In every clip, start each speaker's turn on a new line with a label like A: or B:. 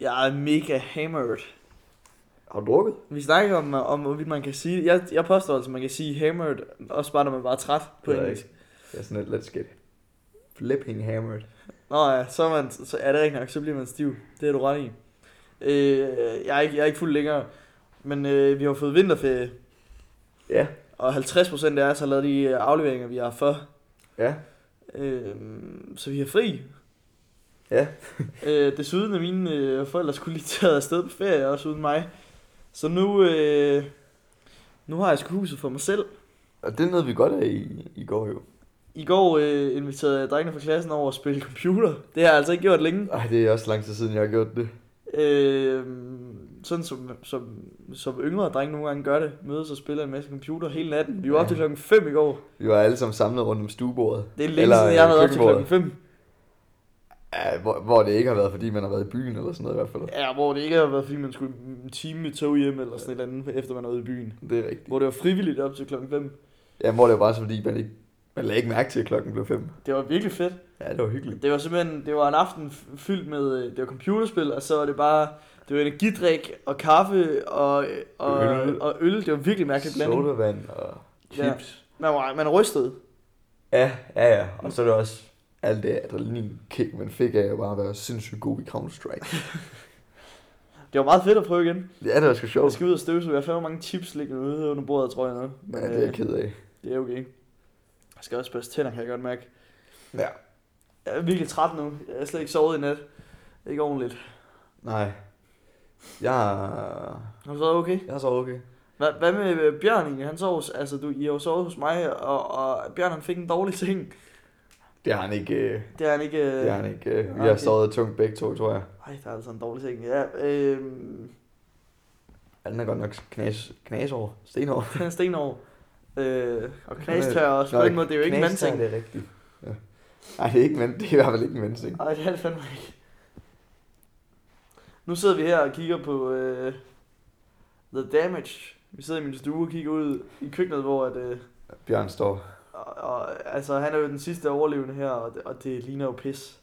A: Jeg er mega hammered.
B: Har du drukket?
A: Vi snakker om, om hvorvidt man kan sige... Jeg, jeg påstår altså, at man kan sige hammered, også bare når man bare er træt på
B: Det ved jeg
A: engelsk.
B: Jeg er sådan lidt, let's get flipping hammered.
A: Nå ja, så er, man, så er det rigtigt nok, så bliver man stiv. Det er du ret i. Øh, jeg, er ikke, jeg er ikke fuld længere, men øh, vi har jo fået vinterferie,
B: Ja,
A: og 50% af os har lavet de øh, afleveringer, vi har for.
B: ja,
A: Øh, så vi har fri.
B: ja.
A: Øh, desuden er mine øh, forældre skulle lige taget afsted på ferie, også uden mig. Så nu, øh, nu har jeg sgu huset for mig selv.
B: Og det nåede vi godt af i, i går jo.
A: I går øh, inviterede jeg drengene fra klassen over at spille computer. Det har jeg altså ikke gjort længe.
B: Ej, det er også lang tid siden, jeg har gjort det.
A: Øh, sådan som, som, som yngre drenge nogle gange gør det. Mødes og spiller en masse computer hele natten. Vi var op til klokken 5 i går.
B: Vi var alle sammen samlet rundt om stuebordet. øh,
A: Det er længe siden, jeg har været op til klokken 5.
B: Ja, hvor, hvor, det ikke har været, fordi man har været i byen eller sådan noget i hvert fald.
A: Ja, hvor det ikke har været, fordi man skulle en time med tog hjem eller sådan et eller andet, efter man er ude i byen.
B: Det er rigtigt.
A: Hvor det var frivilligt op til klokken 5.
B: Ja, hvor det var bare så, fordi man ikke man lagde ikke mærke til, at klokken blev fem.
A: Det var virkelig fedt.
B: Ja, det var hyggeligt.
A: Det var simpelthen, det var en aften f- fyldt med, øh, det var computerspil, og så var det bare, det var energidrik og kaffe og, øh, og,
B: Øl.
A: og øl. Det var virkelig mærkeligt blanding.
B: Sodavand og chips.
A: Man var, man var rystet.
B: Ja. ja, ja, ja. Og så er det også alt det adrenalinkick, man fik af at bare være sindssygt god i Counter-Strike.
A: Det var meget fedt at prøve igen.
B: ja, det var sgu
A: Jeg
B: sjovt.
A: skal ud og støvsuge. Jeg har fandme mange chips liggende ude under bordet, tror jeg. nu. Men,
B: Ja, det er jeg
A: øh,
B: ked af.
A: det er okay. Jeg skal også børste tænder, kan jeg godt mærke.
B: Ja.
A: Jeg er virkelig træt nu. Jeg har slet ikke sovet i nat. Ikke ordentligt.
B: Nej. Jeg,
A: Har du sovet okay?
B: jeg er så okay.
A: Hvad, hvad med øh, Bjørn egentlig? Han sov, hos- altså du, I har jo sovet hos mig, og, og Bjørn han fik en dårlig seng.
B: Det har han ikke. øh,
A: Det er han ikke... øh,
B: Det har han ikke. øh, Vi har
A: okay.
B: sovet tungt begge to, tror jeg.
A: Ej, der er altså en dårlig ting. Ja, øh,
B: Ja, den er godt nok knas, knas over. Sten over.
A: den er stenår. Øh, og
B: er-
A: knastør også. På den måde, det er jo ikke en
B: Knastør,
A: mandseng.
B: Det er rigtigt. Ja. Nej, det er, ikke mand, det er i hvert fald ikke en mandseng.
A: Ej, det er det fandme ikke. Nu sidder vi her og kigger på øh, The Damage. Vi sidder i min stue og kigger ud i køkkenet, hvor at, øh,
B: Bjørn står.
A: og, og, altså, han er jo den sidste overlevende her, og det, og det ligner jo pis.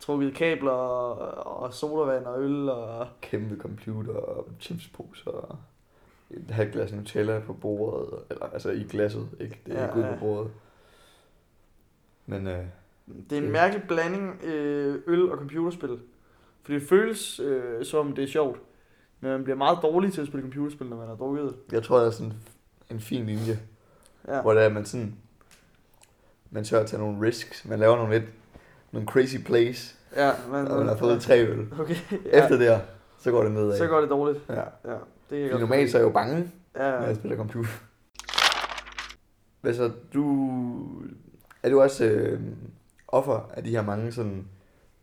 A: Trukket kabler og, og sodavand og øl og...
B: Kæmpe computer og chipsposer og et halvt glas Nutella på bordet. Eller, altså i glasset, ikke? Det er
A: Ja,
B: ja, ikke ude
A: ja.
B: på bordet. Men øh,
A: Det er en
B: Det-
A: mærkelig blanding øh, øl og computerspil. For det føles øh, som, det er sjovt. Men man bliver meget dårlig til at spille computerspil, når man har drukket. det.
B: jeg tror, der er sådan en fin linje.
A: Ja.
B: Hvor det er, at man sådan... Man tør at tage nogle risks. Man laver nogle lidt... Nogle crazy plays.
A: Ja, man,
B: Og man har fået tre øl.
A: Okay, ja.
B: Efter det her, så går det nedad.
A: Så går det dårligt.
B: Ja.
A: Ja, det er
B: Fordi normalt så er jeg jo bange, når
A: Ja,
B: jeg spiller computer. Hvad så, du... Er du også øh, offer af de her mange sådan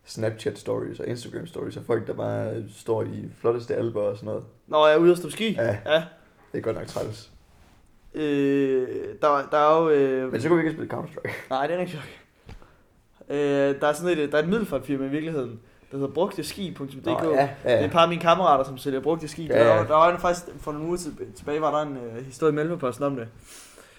B: Snapchat-stories og Instagram-stories af folk, der bare står i flotteste alber og sådan noget?
A: Når jeg er ude at stå på ski.
B: Ja,
A: Ja.
B: det er godt nok træls.
A: Øh, der, der er jo... Øh,
B: Men så kan vi ikke spille Counter-Strike.
A: Nej, det er rigtig nok. Øh, der er sådan et, der er et middelfartfirma i virkeligheden, der hedder brugteski.dk.
B: Nå, ja, ja,
A: Det er
B: ja.
A: et par af mine kammerater, som sælger brugte ski.
B: Ja, ja.
A: Der, var, der var en faktisk, for nogle uger til- tilbage, var der en øh, historie i Mellemposten om det.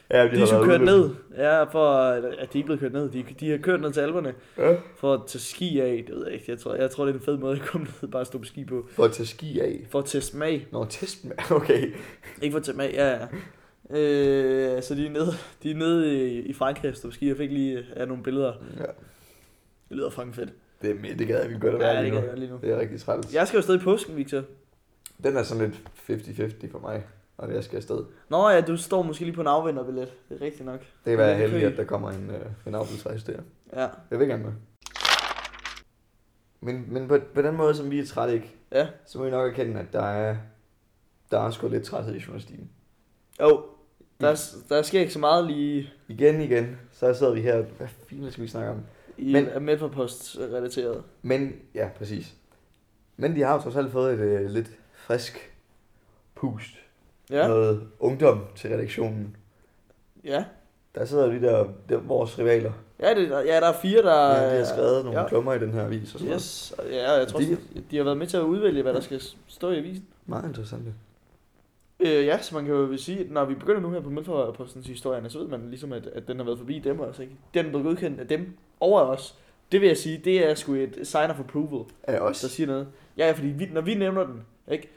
B: ja
A: De er
B: har
A: skulle
B: været
A: ligesom kørt
B: ude.
A: ned. Ja, for, at de er ikke blevet kørt ned. De, de har kørt ned til alberne
B: Ja.
A: for at tage ski af. Det ved jeg ikke. Jeg tror, jeg tror det er en fed måde at komme ned bare at stå på ski på.
B: For at tage ski af.
A: For at teste smag.
B: Nå, test med. Okay.
A: Ikke for at tage smag, ja, ja. Øh, så de er nede, de er nede i, i Frankrig at stå på ski. Jeg fik lige af nogle billeder.
B: Ja.
A: Det lyder fucking fedt.
B: Det, er, det gad jeg vildt godt at være
A: Ja, det
B: lige
A: kan
B: nu.
A: jeg lige nu.
B: Det er rigtig træls.
A: Jeg skal jo stadig i påsken, Victor.
B: Den er sådan lidt 50-50 for mig, når jeg skal afsted.
A: Nå ja, du står måske lige på en afvinderbillet. Det er rigtigt nok.
B: Det kan være
A: Men det kan
B: heldigt,
A: I-
B: at der kommer en, øh, en afbudsrejse der.
A: Ja.
B: Jeg vil gerne med. Men, men på, på den måde, som vi er trætte ikke,
A: Ja.
B: så må vi nok erkende, at der er, der er sgu lidt træthed i journalistikken.
A: Jo, oh, der, der sker ikke så meget lige
B: Igen, igen, så sidder vi her, hvad fanden skal vi snakke om?
A: i
B: Men-
A: Men... Medforpost-relateret.
B: Men, ja, præcis. Men de har jo trods alt fået et øh, lidt frisk pust.
A: Ja,
B: Noget ungdom til redaktionen.
A: ja.
B: Der sidder de der, der vores rivaler.
A: Ja, det, ja, der er fire, der...
B: Ja, de har skrevet nogle
A: ja.
B: ja. klummer i den her avis og sådan yes.
A: Yes, og ja, og jeg tror,
B: De-
A: de... de har været med til at udvælge, hvad der skal stå i avisen.
B: Meget interessant.
A: Øh, ja, så man kan jo sige, at når vi begynder nu her på Mølforpostens historierne, så ved man ligesom, at, at den har været forbi dem også, ikke? Den er blevet godkendt af dem over os, Det vil jeg sige, det er sgu et sign of approval,
B: Er også?
A: der siger noget. Ja, ja, fordi vi, når vi nævner den, ikke?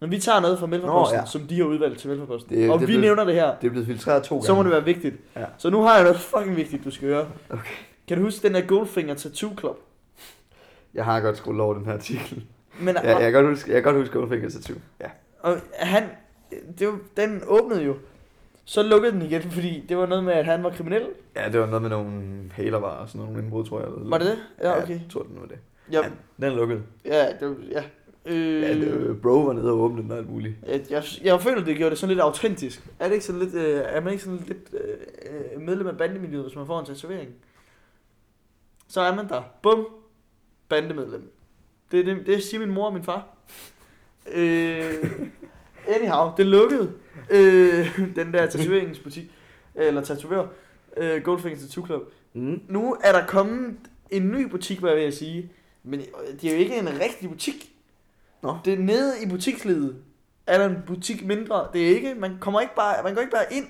A: Når vi tager noget fra Mellemforposten,
B: Nå, ja.
A: ja. som de har udvalgt til Mellemforposten,
B: Det-
A: og
B: det
A: vi
B: blev-
A: nævner det her,
B: Det er blevet filtreret to gange.
A: så må det være vigtigt.
B: Ja.
A: Så nu har jeg noget fucking vigtigt, du skal høre.
B: Okay.
A: Kan du huske den der Goldfinger Tattoo Club?
B: Jeg har godt skruet over den her artikel.
A: Men
B: Ja, jeg, kan godt huske, jeg kan godt huske Goldfinger Tattoo. Ja.
A: Og han, det var, den åbnede jo. Så lukkede den igen, fordi det var noget med, at han var kriminel.
B: ja, det var noget med nogle hælervarer og sådan nogle indbrud, tror jeg.
A: Var det det? Ja, okay.
B: jeg tror, den var det.
A: Ja,
B: Ja, den er lukket.
A: ja, det var, ja. Øh,
B: Ja, det, bro var nede og åbne den og alt muligt.
A: jeg, jeg, jeg føler, det gjorde det sådan lidt autentisk. Er, det ikke sådan lidt, øh, er man ikke sådan lidt øh, øh, medlem af bandemiljøet, hvis man får en tatovering? Så er man der. Bum. Bandemedlem. Det, det, det siger min mor og min far. Øh, anyhow, det lukkede. Øh, den der tatoveringsbutik. Eller tatovør. Øh, Goldfinger Tattoo Club.
B: Mm.
A: Nu er der kommet en ny butik, hvad vil jeg sige. Men øh, det er jo ikke en rigtig butik.
B: Nå.
A: Det er nede i butiksledet. Er der en butik mindre? Det er ikke. Man kommer ikke bare, man går ikke bare ind.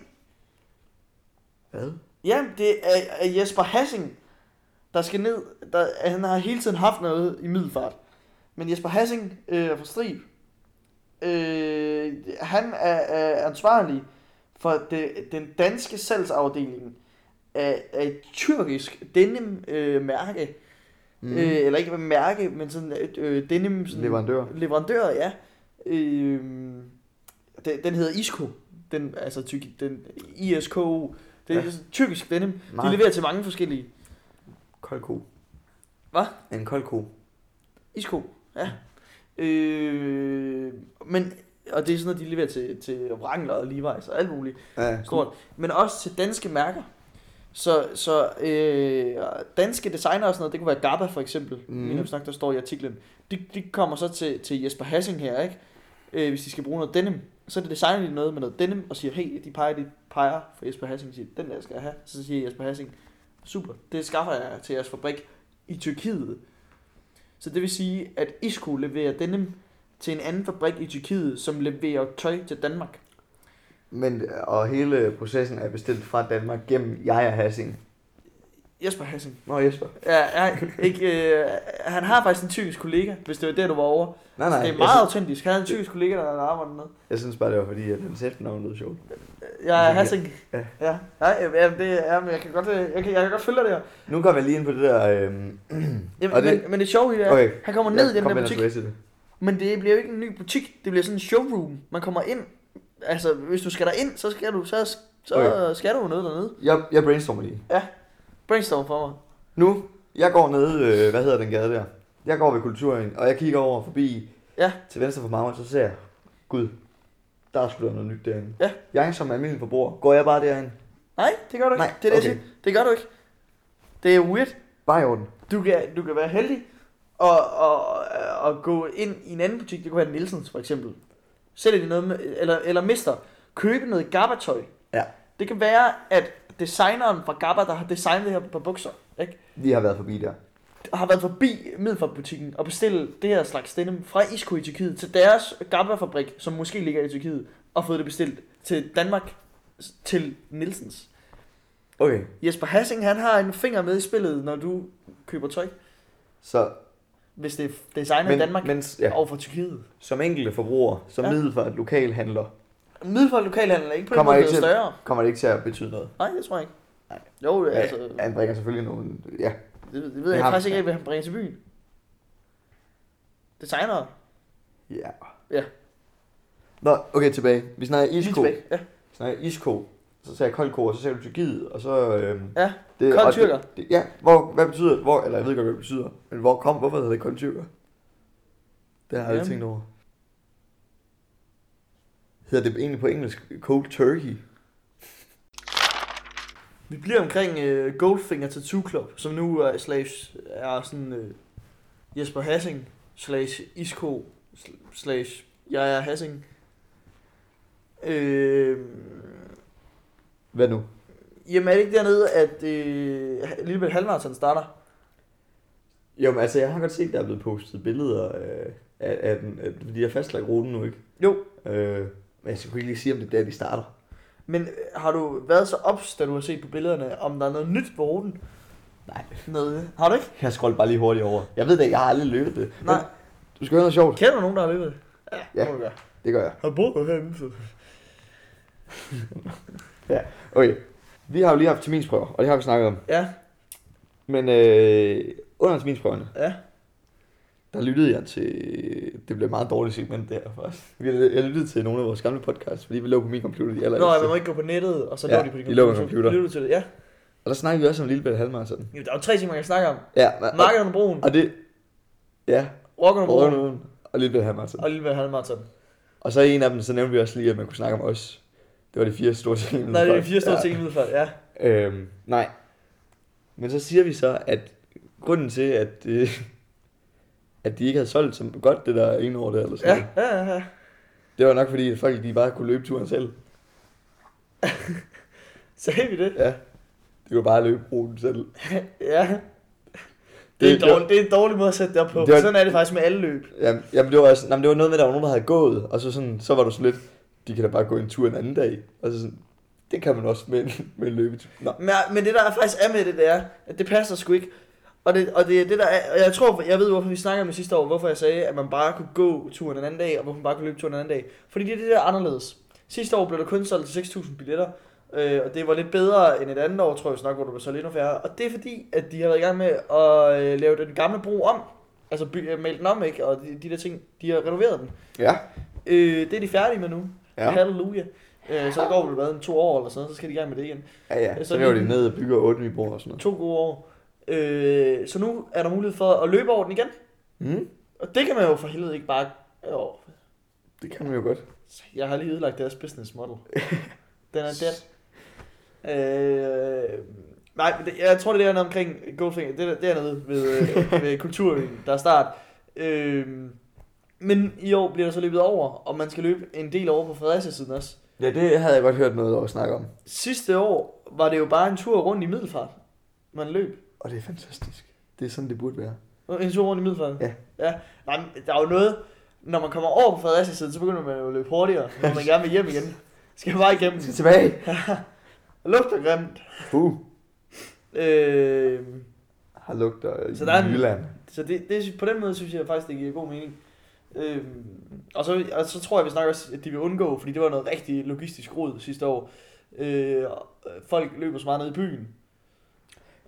B: Hvad?
A: Ja, det er, er Jesper Hassing, der skal ned. Der, han har hele tiden haft noget i middelfart. Men Jesper Hassing øh, er fra Strib. Øh, han er, er ansvarlig for det, den danske salgsafdeling af, af et tyrkisk denim øh, mærke. Mm. Øh, eller ikke mærke, men sådan et, øh, denim sådan,
B: Leverandør.
A: Leverandør, ja. Øh, den, den hedder Isko. Den, altså tyk, den ISKO. Det er
B: Ja.
A: ja. tyrkisk denim.
B: Nej.
A: De leverer til mange forskellige.
B: Kold ko.
A: Hvad?
B: En kold ko.
A: Isko, ja. Øh, men, og det er sådan noget, de leverer til, til Wrangler og Levi's og alt muligt.
B: Ja.
A: stort, men også til danske mærker. Så, så øh, danske designer og sådan noget, det kunne være Gabba for eksempel,
B: Mm.
A: mm. snak, der står i artiklen. De, de kommer så til, til Jesper Hassing her, ikke? Øh, hvis de skal bruge noget denim, så designer de noget med noget denim, og siger, hey, de peger, de peger for Jesper Hassing, siger, den der skal jeg have. Så siger Jesper Hassing, super, det skaffer jeg til jeres fabrik i Tyrkiet. Så det vil sige, at Isko leverer denim til en anden fabrik i Tyrkiet, som leverer tøj til Danmark.
B: Men, og hele processen er bestilt fra Danmark gennem Jaja Hassing.
A: Jesper Hassing.
B: Nå, Jesper.
A: Ja, jeg, ikke, øh, han har faktisk en tyrkisk kollega, hvis det var der, du var over.
B: Nej, nej.
A: det er
B: jeg,
A: meget
B: synes,
A: autentisk. Han har en tyrkisk kollega, der arbejder med.
B: jeg synes bare, det var fordi, at den sætnavn lød sjovt.
A: Jeg er Hassing.
B: Ja.
A: Ja. ja. Nej, øh, jamen, det er, men jeg kan godt, øh, jeg kan, jeg kan godt følge dig der.
B: Nu kommer jeg lige ind på det der... Øhm,
A: Jamen,
B: Og det-
A: det, men, men, det sjove i det er,
B: Okay.
A: okay. han kommer ned
B: jeg
A: i den
B: kom
A: der
B: ellers
A: butik,
B: tilbage til det.
A: men det bliver jo ikke en ny butik. Det bliver sådan en showroom. Man kommer ind. Altså, hvis du skal derind, så skal du, så, så
B: Okay.
A: okay. skal du jo noget dernede.
B: Jeg, jeg brainstormer lige.
A: Brainstorm for mig.
B: Nu, jeg går ned, øh, hvad hedder den gade der? Jeg går ved kulturen, og jeg kigger over forbi
A: Ja.
B: til venstre for Marmar, så ser jeg, gud, der er sgu da noget nyt derinde.
A: Ja.
B: Jeg som almindelig forbruger, går jeg bare derind?
A: Nej, det gør du ikke.
B: Nej,
A: Nej, det er det,
B: okay.
A: jeg siger. Det gør du ikke. Det er weird.
B: Bare i orden.
A: Du kan, du kan være heldig og, og, og gå ind i en anden butik. Det kunne være Nielsens for eksempel. Sælger de noget med, eller, eller mister. Købe noget Gabba-tøj.
B: Ja.
A: Det kan være, at designeren fra Gabba, der har designet det her på bukser, ikke?
B: Vi har været forbi der.
A: har været forbi Middelfart-butikken og bestille det her slags denim fra Isko i Tyrkiet til deres Gabba-fabrik, som måske ligger i Tyrkiet, og fået det bestilt til Danmark til Nielsens.
B: Okay,
A: Jesper Hassing, han har en finger med i spillet, når du køber tøj,
B: så...
A: hvis det er designet i Danmark.
B: Men,
A: ja.
B: ja,
A: over for Tyrkiet.
B: som enkelte forbruger, som ja.
A: Ja.
B: middelfart lokalhandler,
A: Middelfart lokalhandel er ikke på den
B: Kommer
A: måde
B: ikke
A: blevet
B: til-
A: større.
B: kommer det ikke til at betyde noget.
A: Nej, det tror jeg ikke.
B: Nej.
A: Jo, ja,
B: Ja,
A: altså,
B: Han bringer selvfølgelig nogle... Ja,
A: det, det
B: det
A: ved jeg
B: har-
A: faktisk ikke, hvad han bringer til byen. Designer.
B: ja.
A: Ja.
B: Nå, okay, tilbage. Vi snakker
A: Lige
B: isko.
A: tilbage. Ja.
B: snakker isko, så sagde jeg koldko, og så sagde du Tyrkiet, og så... Øhm,
A: Ja,
B: det,
A: kold
B: og
A: tyrker.
B: Det, det, ja, hvor, hvad betyder, hvor, eller jeg ved ikke, hvad det betyder, men hvor kom, hvorfor hedder det kold tyrker? Det har jeg aldrig
A: Jamen.
B: tænkt over. Hedder det egentlig på engelsk cold turkey?
A: Vi bliver omkring øh, Goldfinger Tattoo Club, som nu er, slash, er sådan øh, Jesper Hassing, slash Isko, sl- slash jeg er Hassing. Øh,
B: Hvad nu?
A: jamen er det ikke dernede, at øh, Lillebælt Halvmarathon starter?
B: Jo, men altså, jeg har godt set, der er blevet postet billeder øh, af, af, den, af, fordi jeg fastlagt ruten nu, ikke?
A: Jo,
B: Øh, men jeg skulle ikke lige sige, om det er der, de starter.
A: Men øh, har du været så ops, da du har set på billederne, om der er noget nyt på ruten?
B: Nej.
A: Nede. Har du ikke?
B: Jeg scroller bare lige hurtigt over. Jeg ved det, ikke, jeg har aldrig løbet det. Men
A: Nej.
B: Du skal høre noget sjovt.
A: Kender du nogen, der har løbet det? Ja,
B: Ja.
A: må du gøre.
B: Det gør jeg.
A: Har du brugt noget herinde? Så?
B: Okay. Vi har jo lige haft terminsprøver, og det har vi snakket om.
A: Ja,
B: Men øh, under terminsprøverne,
A: ja.
B: der lyttede jeg til... Det blev et meget dårligt segment der først. Vi- Jeg lyttede til nogle af vores gamle podcasts, fordi vi lå på min computer. De
A: Nå,
B: allerede.
A: man må ikke gå på nettet, og så
B: Ja,
A: lå de på din
B: de lå på
A: computer.
B: computer.
A: Lytter du til det? Ja.
B: Og der snakkede vi også om Lille Bette Halvmarathon.
A: Jamen, der er jo tre ting, man kan snakke om.
B: Ja, og,
A: Marked under broen,
B: og det... Ja,
A: rock under broen,
B: Røgnuden og Lille Bette Halvmarathon.
A: og lille ved halvmarathon.
B: Og så i en af dem, så nævnte vi også lige, at man kunne snakke om os. Det var de fire store ting.
A: Nej, det er fire store
B: Mm, Ja.
A: ting i middelfart, ja.
B: Øhm, nej. Men så siger vi så, at grunden til, at, øh, at de ikke havde solgt så godt det der ene år der, eller
A: Ja,
B: sådan ja.
A: ja, ja, ja.
B: det var nok fordi, at folk de bare kunne løbe turen selv.
A: Sagde vi det?
B: Ja. De kunne bare løbe ruten selv.
A: Ja. Det er,
B: Det-
A: en dårlig, det er en dårlig måde at sætte det op på.
B: Det var-
A: Sådan er det faktisk med alle løb.
B: Jamen, jamen det, var også, jamen, det var noget med, at der var nogen, der havde gået, og så, sådan, så var du sådan lidt, de kan da bare gå en tur en anden dag. Og så sådan, det kan man også med, en- med en løbetur. Nå.
A: Men, men det der faktisk er med det, det er, at det passer sgu ikke. Og det, og det, er det der er, og jeg tror, jeg ved, hvorfor vi snakkede om det sidste år, hvorfor jeg sagde, at man bare kunne gå turen en anden dag, og hvorfor man bare kunne løbe turen en anden dag. Fordi det er det der er anderledes. Sidste år blev der kun solgt 6.000 billetter, øh, og det var lidt bedre end et andet år, tror jeg nok, hvor der blev solgt endnu færre. Og det er fordi, at de har været i gang med at øh, lave den gamle bro om. Altså by, øh, male den om, ikke? Og de, de der ting, de har renoveret den.
B: Ja.
A: Øh, det er de færdige med nu. Ja.
B: Ja,
A: Halleluja. Øh, så der går vel hvad, en to år eller sådan noget, så skal de i gang med det igen.
B: ja, ja.
A: Så
B: Så var
A: lige-
B: de ned og bygger otte nye broer og sådan noget.
A: To gode år. Øh, så nu er der mulighed for at løbe over den igen.
B: Mm,
A: Og det kan man jo for helvede ikke bare... Åh,
B: det kan man jo godt.
A: jeg har lige ødelagt deres business model. Den er dead. Øh, nej, men det, jeg tror, det er noget omkring Goldfinger. Det er det er noget ved, øh, ved kulturen, der er start. Øh, men i år bliver der så løbet over, og man skal løbe en del over på Fredericia-siden også.
B: Ja, det havde jeg godt hørt noget at snakke om.
A: Sidste år var det jo bare en tur rundt i Middelfart, man løb.
B: Og det er fantastisk. Det er sådan, det burde være.
A: En tur rundt i Middelfart?
B: Ja.
A: ja. Nej, men der er jo noget, når man kommer over på Fredericia siden, så begynder man jo at løbe hurtigere, når man gerne vil hjem igen. Skal bare igennem.
B: Vi skal tilbage.
A: Og lugter grimt.
B: Uh,
A: Øh,
B: har lugter i
A: Så der er en-
B: Jylland.
A: så det, det, på den måde synes jeg faktisk, det giver god mening. Øh, og, så, og så tror jeg, vi snakker også, at de vil undgå, fordi det var noget rigtig logistisk rod sidste år. Øh, og folk løber så meget ned i byen.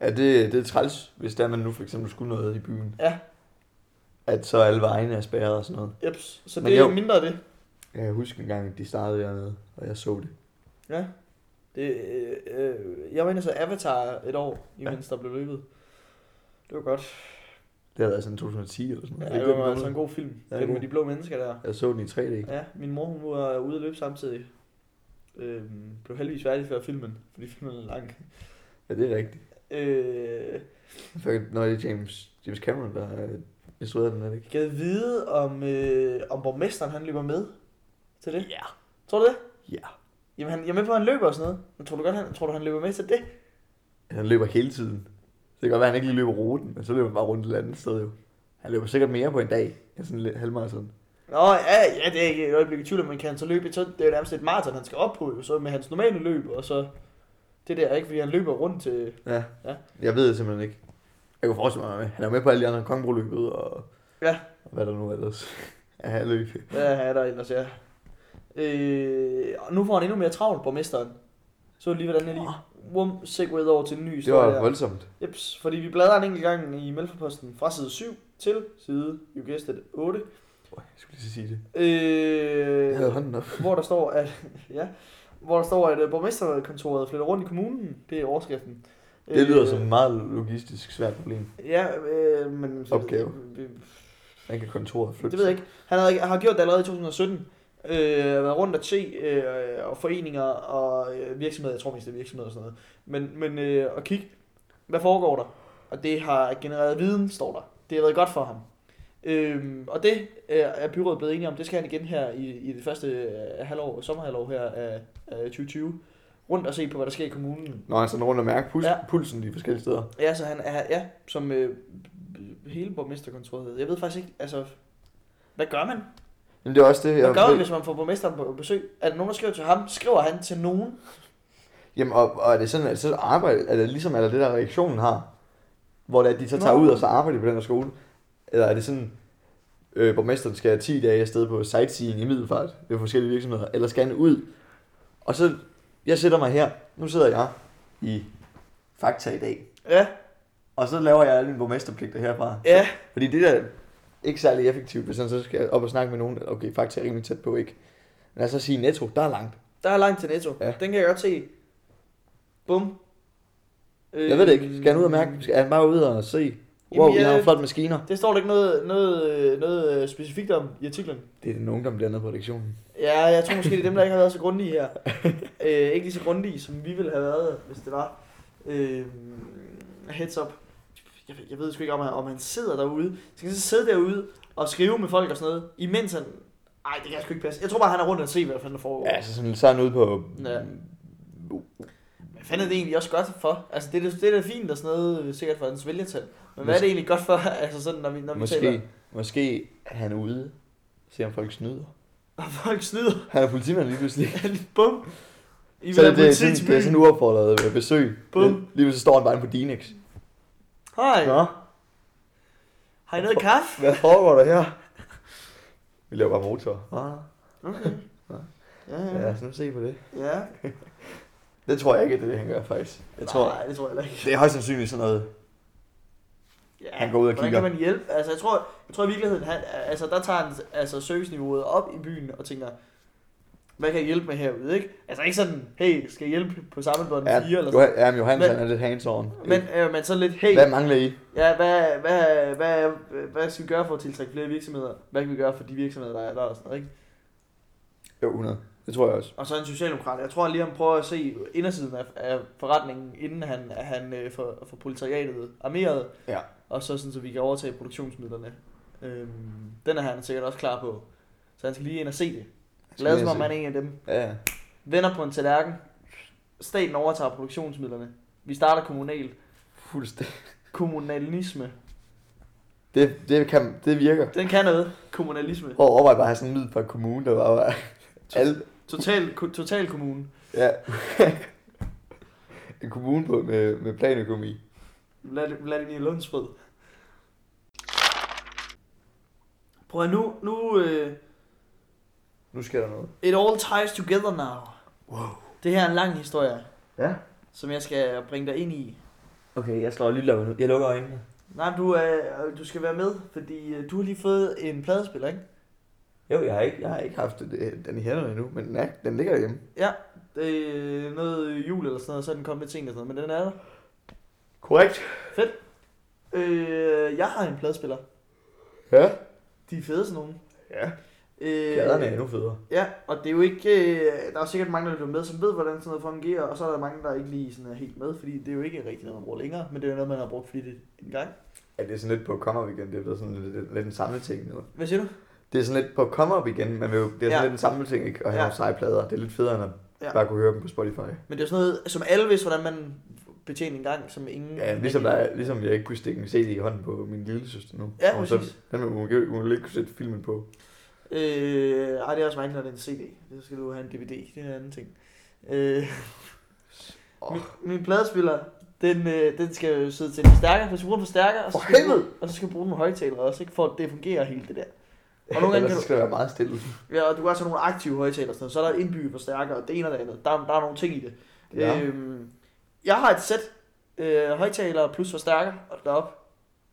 B: Ja, det, det er træls, hvis der man nu for eksempel skulle noget i byen.
A: Ja.
B: At så alle vejene er spærret og sådan noget.
A: Jeps. Så
B: Men
A: det er
B: jo.
A: mindre af det.
B: Ja, jeg husker en gang, de startede dernede, og jeg så det.
A: Ja. Det, øh, øh, jeg var inde og så Avatar et år, imens ja. der blev løbet. Det var godt.
B: Det havde været sådan 2010 eller sådan
A: Ja,
B: noget.
A: det,
B: Ikke
A: det var
B: noget?
A: altså en god film.
B: Ja,
A: den med
B: god.
A: de blå mennesker der.
B: Jeg så den i 3D.
A: Ja, min mor hun var ude at løbe samtidig. Øhm, blev heldigvis færdig før filmen, fordi filmen er lang.
B: Ja, det er rigtigt.
A: Øh,
B: For, når det er James, James Cameron, der har instrueret den, er det ikke?
A: jeg kan vide, om, øh, om borgmesteren han løber med til det. Ja. Tror du det?
B: Ja.
A: Jamen, han, jeg er med på, at han løber og sådan noget. Men tror du godt, han, tror du, han løber med til det?
B: Han løber hele tiden. Så det kan godt være, at han ikke lige løber ruten, men så løber han bare rundt et eller andet sted jo. Han løber sikkert mere på en dag, end sådan en halvmarathon.
A: Nå, ja, ja, det er ikke et øjeblik i tvivl, om, men kan han så løbe et sådan, det er jo nærmest et maraton, han skal op på, jo, så med hans normale løb, og så det der, ikke, fordi han løber rundt til,
B: Ja.
A: Ja.
B: ja. Jeg ved det simpelthen ikke. Jeg kunne forestille mig, at han er med på alle de andre kongbro og...
A: Ja.
B: og hvad der nu ellers er her løb.
A: hvad er der ellers, ja. Øh, og nu får han endnu mere travlt, borgmesteren. Så lige, hvordan jeg lige wum, segwayed over til en ny
B: Det
A: historie.
B: var
A: der.
B: voldsomt.
A: Jeps, fordi vi bladrer en enkelt gang i Melforposten fra side 7 til side, you guessed it, 8.
B: Øj, Jeg skulle lige så sige det. Jeg havde
A: Øh,
B: hånden op.
A: hvor der står, at, ja, hvor der står, at øh, borgmesterkontoret flytter rundt i kommunen. Det er overskriften. Øh,
B: Det lyder som et meget logistisk svært problem.
A: Ja, øh, men...
B: Opgave.
A: Det,
B: Man kan kontoret flytte.
A: det ved jeg ikke. Han havde, har gjort det allerede i 2017. Øh, været rundt og te, øh, og foreninger og øh, virksomheder, jeg tror mest det er virksomheder og sådan noget. Men, men øh, at kigge, hvad foregår der? Og det har genereret viden, står der. Det har været godt for ham. Øhm, og det øh, er byrådet blevet enige om, det skal han igen her i, i det første øh, halvår, sommerhalvår her af, af 2020. Rundt og se på, hvad der sker i kommunen.
B: Når han sådan rundt og mærker puls-
A: Ja.
B: ja. pulsen de forskellige steder.
A: Ja, så han er, ja, som øh, hele borgmesterkontoret hedder. Jeg ved faktisk ikke, altså, hvad gør man?
B: Jamen det er også det,
A: Hvad
B: jeg...
A: gør man, hvis man får borgmesteren på besøg? Er der nogen, der skriver til ham? Skriver han til nogen?
B: Jamen, og, og, er det sådan, at så arbejde, er det ligesom er der det der reaktionen har? hvor det er, at de så
A: Nå.
B: tager ud, og så arbejder de på den her skole? Eller er det sådan, øh, borgmesteren skal 10 dage afsted på sightseeing i Middelfart ved forskellige virksomheder, eller skal han ud? Og så, jeg sætter mig her, nu sidder jeg i Fakta i dag,
A: Ja,
B: og så laver jeg alle mine borgmesterpligter herfra.
A: ja,
B: Fordi det der ikke særlig effektivt, hvis han så skal op og snakke med nogen. Okay, faktisk er jeg rimelig tæt på, ikke? Men altså at sige netto, der er langt.
A: der er langt til Netto.
B: Ja.
A: Den kan jeg godt se. Bum.
B: Jeg ved det ikke. Skal han ud og mærke? Skal han bare ud og se? Wow,
A: Jamen,
B: Jamen, jeg...
A: jeg-
B: har nogle flotte maskiner.
A: Øh, Det står der ikke noget, noget, øh, noget øh, specifikt om i artiklen.
B: Det er den unge, der bliver nede på redaktionen.
A: Ja, jeg tror måske, det er dem, der ikke har været så grundige her. øh, ikke lige så grundige, som vi ville have været, hvis det var. Øh, heads up. Jeg, ved- jeg ved sgu ikke, om han, om han sidder derude. Skal han så sidde derude og skrive med folk og sådan noget, imens han... Ej, det kan jeg sgu ikke passe. Jeg tror bare, han er rundt og se, hvad fanden der foregår.
B: Ja, altså sådan, så er han ude på...
A: Ja.
B: Ja.
A: Hvad fanden er det egentlig også godt for? Altså, det er, det er da fint og sådan noget, øh, sikkert for hans vælgertal. Men hvad er det egentlig godt for, altså sådan, når vi, når vi taler?
B: Måske, måske er han ude ser om folk snyder.
A: Og folk snyder.
B: Han er politimand lige pludselig.
A: Bum. I
B: så
A: vil have
B: det, det, er
A: politi
B: sådan,
A: til
B: det er sådan
A: byen.
B: en uopfordret øh, besøg.
A: Bum.
B: Lige pludselig står han bare inde på Dinex.
A: Hej,
B: Nå,
A: har I noget kaffe?
B: hvad foregår der her? Vi laver bare motor. Ah.
A: Okay. Ja, ja.
B: Ja, så nu se på det.
A: Ja.
B: Det tror jeg ikke, det er det, han gør, faktisk. Jeg tror,
A: Nej, det tror jeg heller ikke.
B: det er højst sandsynligt sådan noget.
A: Ja,
B: Han går ud og
A: hvordan
B: kigger.
A: kan man hjælpe? Altså, jeg tror, jeg tror i virkeligheden, han, altså, der tager han altså, serviceniveauet op i byen og tænker, hvad kan jeg hjælpe med herude, ikke? Altså ikke sådan, hey, skal jeg hjælpe på samlebånd 4
B: Ja,
A: eller sådan
B: Johan, ja, men Johannes
A: Men-
B: men, er lidt hands on.
A: men, øh, men så lidt, hey,
B: Hvad mangler I?
A: ja, hvad, hvad, hvad, hvad skal vi gøre for at tiltrække flere virksomheder? Hvad kan vi gøre for de virksomheder, der er der og sådan noget, ikke?
B: Jo, 100. Det tror jeg også.
A: Og så en socialdemokrat. Jeg tror han lige, han prøver at se indersiden af, af forretningen, inden han, han øh, får, får proletariatet armeret.
B: Ja.
A: Og så sådan, så vi kan overtage produktionsmidlerne. Øhm, den er han sikkert også klar på. Så han skal lige ind og se det. Lad som om han er en af dem.
B: Ja, ja.
A: Vender på en tallerken. Staten overtager produktionsmidlerne. Vi starter kommunalt.
B: fuldstændig.
A: Kommunalisme.
B: Det, det, kan, det virker.
A: Den kan noget. Kommunalisme.
B: Prøv at overveje bare at have sådan en middel for kommune, der bare var... Alle,
A: Total, ko- total kommune.
B: ja. en kommune på, med, med planøkonomi.
A: Vlad- Vladimir Lundsfred. Prøv at nu, nu, øh,
B: Nu sker der noget.
A: It all ties together now.
B: Wow.
A: Det her er en lang historie,
B: Ja.
A: som jeg skal bringe dig ind i.
B: Okay, jeg slår lille ud. Jeg lukker øjnene.
A: Nej, du, øh, du skal være med, fordi øh, du har lige fået en pladespiller, ikke?
B: Jo, jeg har ikke, jeg har ikke haft det, øh, den i hænderne endnu, men den, er, den ligger hjemme.
A: Ja, øh, noget jul eller sådan noget, så er den kommet lidt sent og sådan noget, men den er der.
B: Korrekt.
A: Øh, jeg har en pladespiller.
B: Ja.
A: De er fede sådan nogen.
B: Ja.
A: Øh,
B: Gaderne er endnu federe.
A: Ja, og det er jo ikke... Øh, der er jo sikkert mange, der lytter med, som ved, hvordan sådan noget fungerer, og så er der mange, der ikke lige sådan er helt med, fordi det er jo ikke rigtig noget, man bruger længere, men det er jo noget, man har brugt flittigt en gang.
B: Ja, det er sådan lidt på come up igen. Det er blevet sådan lidt, lidt, lidt en samlet ting nu.
A: Hvad siger du?
B: Det er sådan lidt på come up igen, men det er sådan
A: Ja.
B: lidt en samlet ting ikke? at
A: Ja.
B: have ja. nogle seje plader. Det er lidt federe, end at
A: Ja.
B: ja. bare kunne høre dem på Spotify.
A: Men det er jo sådan noget, som alle vidste, hvordan man betjener en gang, som ingen...
B: Ja, ligesom, der, er- ligesom jeg ikke kunne stikke en CD i hånden på min lille søster nu.
A: Ja,
B: og så,
A: præcis.
B: den må hun, hun ville ikke kunne sætte filmen på.
A: Øh, ej, det er også mærkeligt, når det er en CD. Så skal du have en DVD, det er en anden ting. Øh,
B: Åh.
A: oh. min, min pladespiller, den, øh, den skal jo sidde til en forstærker, hvis du bruger en forstærker, og så,
B: For
A: skal du,
B: helvede!
A: og så skal du bruge nogle højtalere også, ikke, for at det fungerer helt det der. Og nogle gange kan
B: Ellers så
A: du-
B: skal det være meget stille.
A: Ja, og du kan også have nogle aktive højtaler, og sådan noget. så er der indbygget forstærker, og det ene og det andet. Der, er- der er nogle ting i det.
B: Ja.
A: Øhm, jeg har et sæt øh, højtalere plus forstærker og deroppe.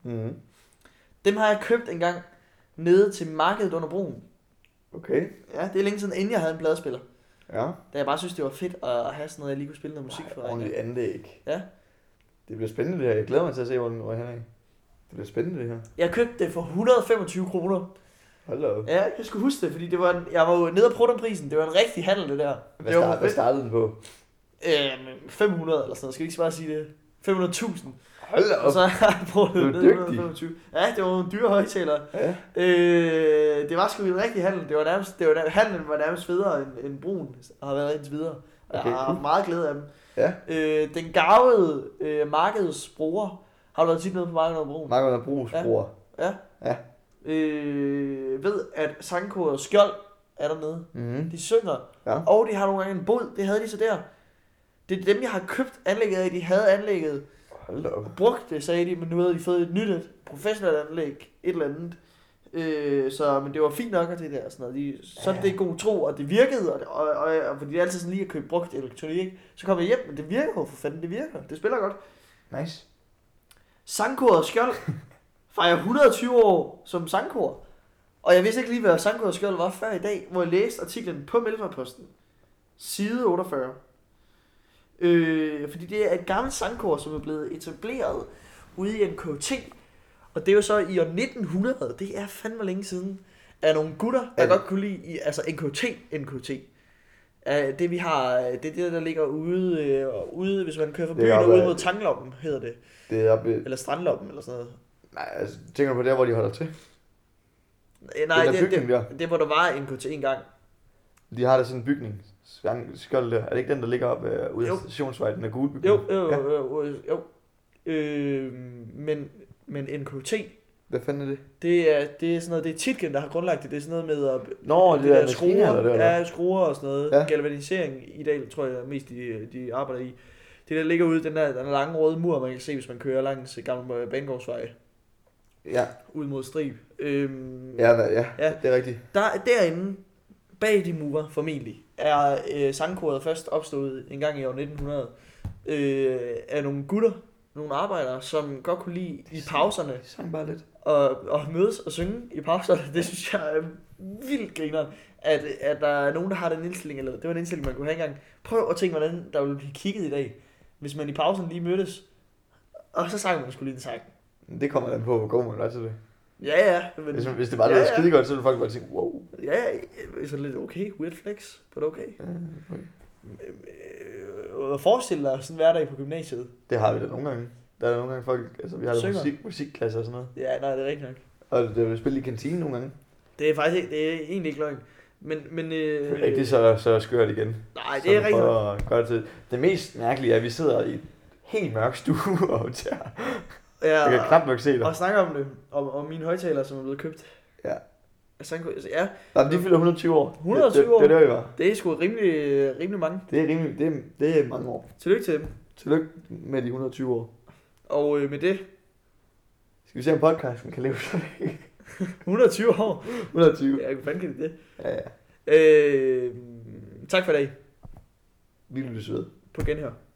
B: Mm.
A: Dem har jeg købt engang nede til markedet under broen.
B: Okay.
A: Ja, det er længe siden, inden jeg havde en pladespiller.
B: Ja.
A: Da jeg bare synes, det var fedt at have sådan noget, jeg lige kunne spille noget musik
B: Ej,
A: for.
B: Ordentligt anlæg.
A: Ja.
B: Det bliver spændende det her. Jeg glæder mig til at se, hvor den hvor han er. Det bliver spændende det her.
A: Jeg købte det for 125 kroner.
B: Hold da op.
A: Ja, jeg skulle huske det, fordi det var en, jeg var jo nede og prøve den prisen. Det var en rigtig handel, det der.
B: Hvad,
A: det
B: start, hvad startede den på?
A: øh, 500 eller sådan noget. Skal vi ikke bare sige det? 500.000.
B: Hold da
A: Og
B: op.
A: så har jeg brugt
B: Du er
A: det ned i
B: dygtig.
A: 125. Ja, det var nogle dyre højtalere.
B: Ja.
A: Øh, det var sgu en rigtig handel. Det var nærmest, det var nærmest, handlen var nærmest federe end, end brun har været indtil videre. Og jeg
B: Okay,
A: har
B: cool.
A: haft meget glæde af dem.
B: Ja.
A: Øh, den gavede øh, markedsbruger har du været tit nede på markedet over broen.
B: Markerne bruges
A: Ja.
B: ja. bruger.
A: Øh, ved, at sangkoder og skjold er dernede.
B: Mm-hmm.
A: De synger,
B: Ja.
A: og de har nogle gange en bod. Det havde de så der. Det er dem, jeg har købt anlægget af. De havde anlægget
B: Hold da op.
A: brugt det, sagde de, men nu havde de fået et nyt, et professionelt anlæg, et eller andet. Øh, så, men det var fint nok og det der og sådan noget. De, så
B: Ja.
A: det er god tro, og det virkede, og, og, og, og fordi det er altid sådan lige at købe brugt elektronik. Så kom jeg hjem, men det virker jo for fanden, det virker. Det spiller godt.
B: Nice.
A: Sangkoret Skjold fejrer 120 år som sangkor. Og jeg vidste ikke lige, hvad Sangkoret Skjold var før i dag, hvor jeg læste artiklen på Mellemfarposten. Side 48. Øh, fordi det er et gammelt sangkor, som er blevet etableret ude i NKT. Og det er jo så i år 1900. Det er fandme længe siden. Af nogle gutter, der
B: Ja.
A: godt kunne lide i, altså NKT, NKT. Uh, det vi har, øh, det er det, der ligger ude, øh, ude hvis man kører fra
B: Det er
A: byen og
B: oppe
A: ude
B: af-
A: mod Tangloppen, hedder det.
B: Det er oppe...
A: Eller strandloppen, eller sådan noget.
B: Nej, altså, tænker du på der, hvor de holder til?
A: Øh, Nej,
B: Den der
A: det,
B: bygning der.
A: det, det, det, hvor der var NKT en gang.
B: De har der sådan en bygning, skang- skjold der. Er det ikke den, der ligger op øh, ude af
A: Jo.
B: stationsvej, den der gule bygning?
A: Jo, jo,
B: Ja.
A: jo, jo. jo, jo. Øh, men, men NKT,
B: Hvad fanden er det?
A: det er, det er sådan noget, det er Titgen, der har grundlagt det. Det er sådan noget med at
B: Nå, det, det der, der skruer, eller det,
A: skruer,
B: eller?
A: ja, skruer og sådan noget.
B: Ja.
A: Ja. Galvanisering i dag, tror jeg mest, de, de arbejder i. Det der ligger ude, den der, den der lange røde mur, man kan se, hvis man kører langs øh, gamle øh, banegårdsvej
B: Ja,
A: ud mod Strib. Øhm,
B: ja, hva- ja, ja,
A: Ja.
B: det er rigtigt.
A: Der, derinde, bag de mure formentlig, er øh, sangkoret først opstået en gang i år 1900 øh, af nogle gutter, nogle arbejdere, som godt kunne lide i pauserne
B: De sang bare lidt.
A: at, at mødes og synge i pauserne. Det synes jeg er vildt grineren, at, at der er nogen, der har den indstilling, eller det var en indstilling, man kunne have engang. Prøv at tænke, hvordan der ville blive kigget i dag, hvis man i pausen lige mødtes, og så sang man skulle lige en sang.
B: Men Det kommer an på, hvor god man er til det.
A: Ja, ja. Men,
B: Hvis, hvis det bare
A: Ja,
B: lød
A: ja.
B: skide godt, så ville folk bare tænke, wow.
A: ja, ja, sådan lidt okay, weird flex, but okay.
B: Ja, okay.
A: øh, øh, forestille dig sådan en hverdag på gymnasiet.
B: Det har vi da nogle gange. Der er da nogle gange folk, altså vi har da
A: Synger.
B: musik, musikklasser og sådan noget.
A: Ja, nej, det er rigtigt nok.
B: Og det er jo spillet i kantinen nogle gange.
A: Det er faktisk ikke, det er egentlig ikke løgn. Men, men
B: Det
A: øh,
B: er ikke så, så skørt igen.
A: Nej, det er rigtigt nok.
B: rigtigt. Gøre det, til. det mest mærkelige er, at vi sidder i et helt mørk stue og optager. Jeg kan
A: Ja,
B: knap nok se dig.
A: og snakke om det, om, om mine højtalere, som er blevet købt.
B: Ja.
A: Altså, han kunne- altså, ja,
B: Nej, men de fylder 120 år.
A: 120
B: det, det, Det er der, vi var.
A: det er sgu rimelig, rimelig mange.
B: Det er rimelig, det er, det er mange år.
A: Tillykke til dem.
B: Tillykke med de 120 år.
A: Og øh, med det,
B: Skal vi se, om podcasten kan leve så længe?
A: 120 år.
B: 120.
A: Ja, hvordan fanden kan det det?
B: Ja, ja.
A: Øh, tak for i dag.
B: Vi lyttes ved.
A: På genhør.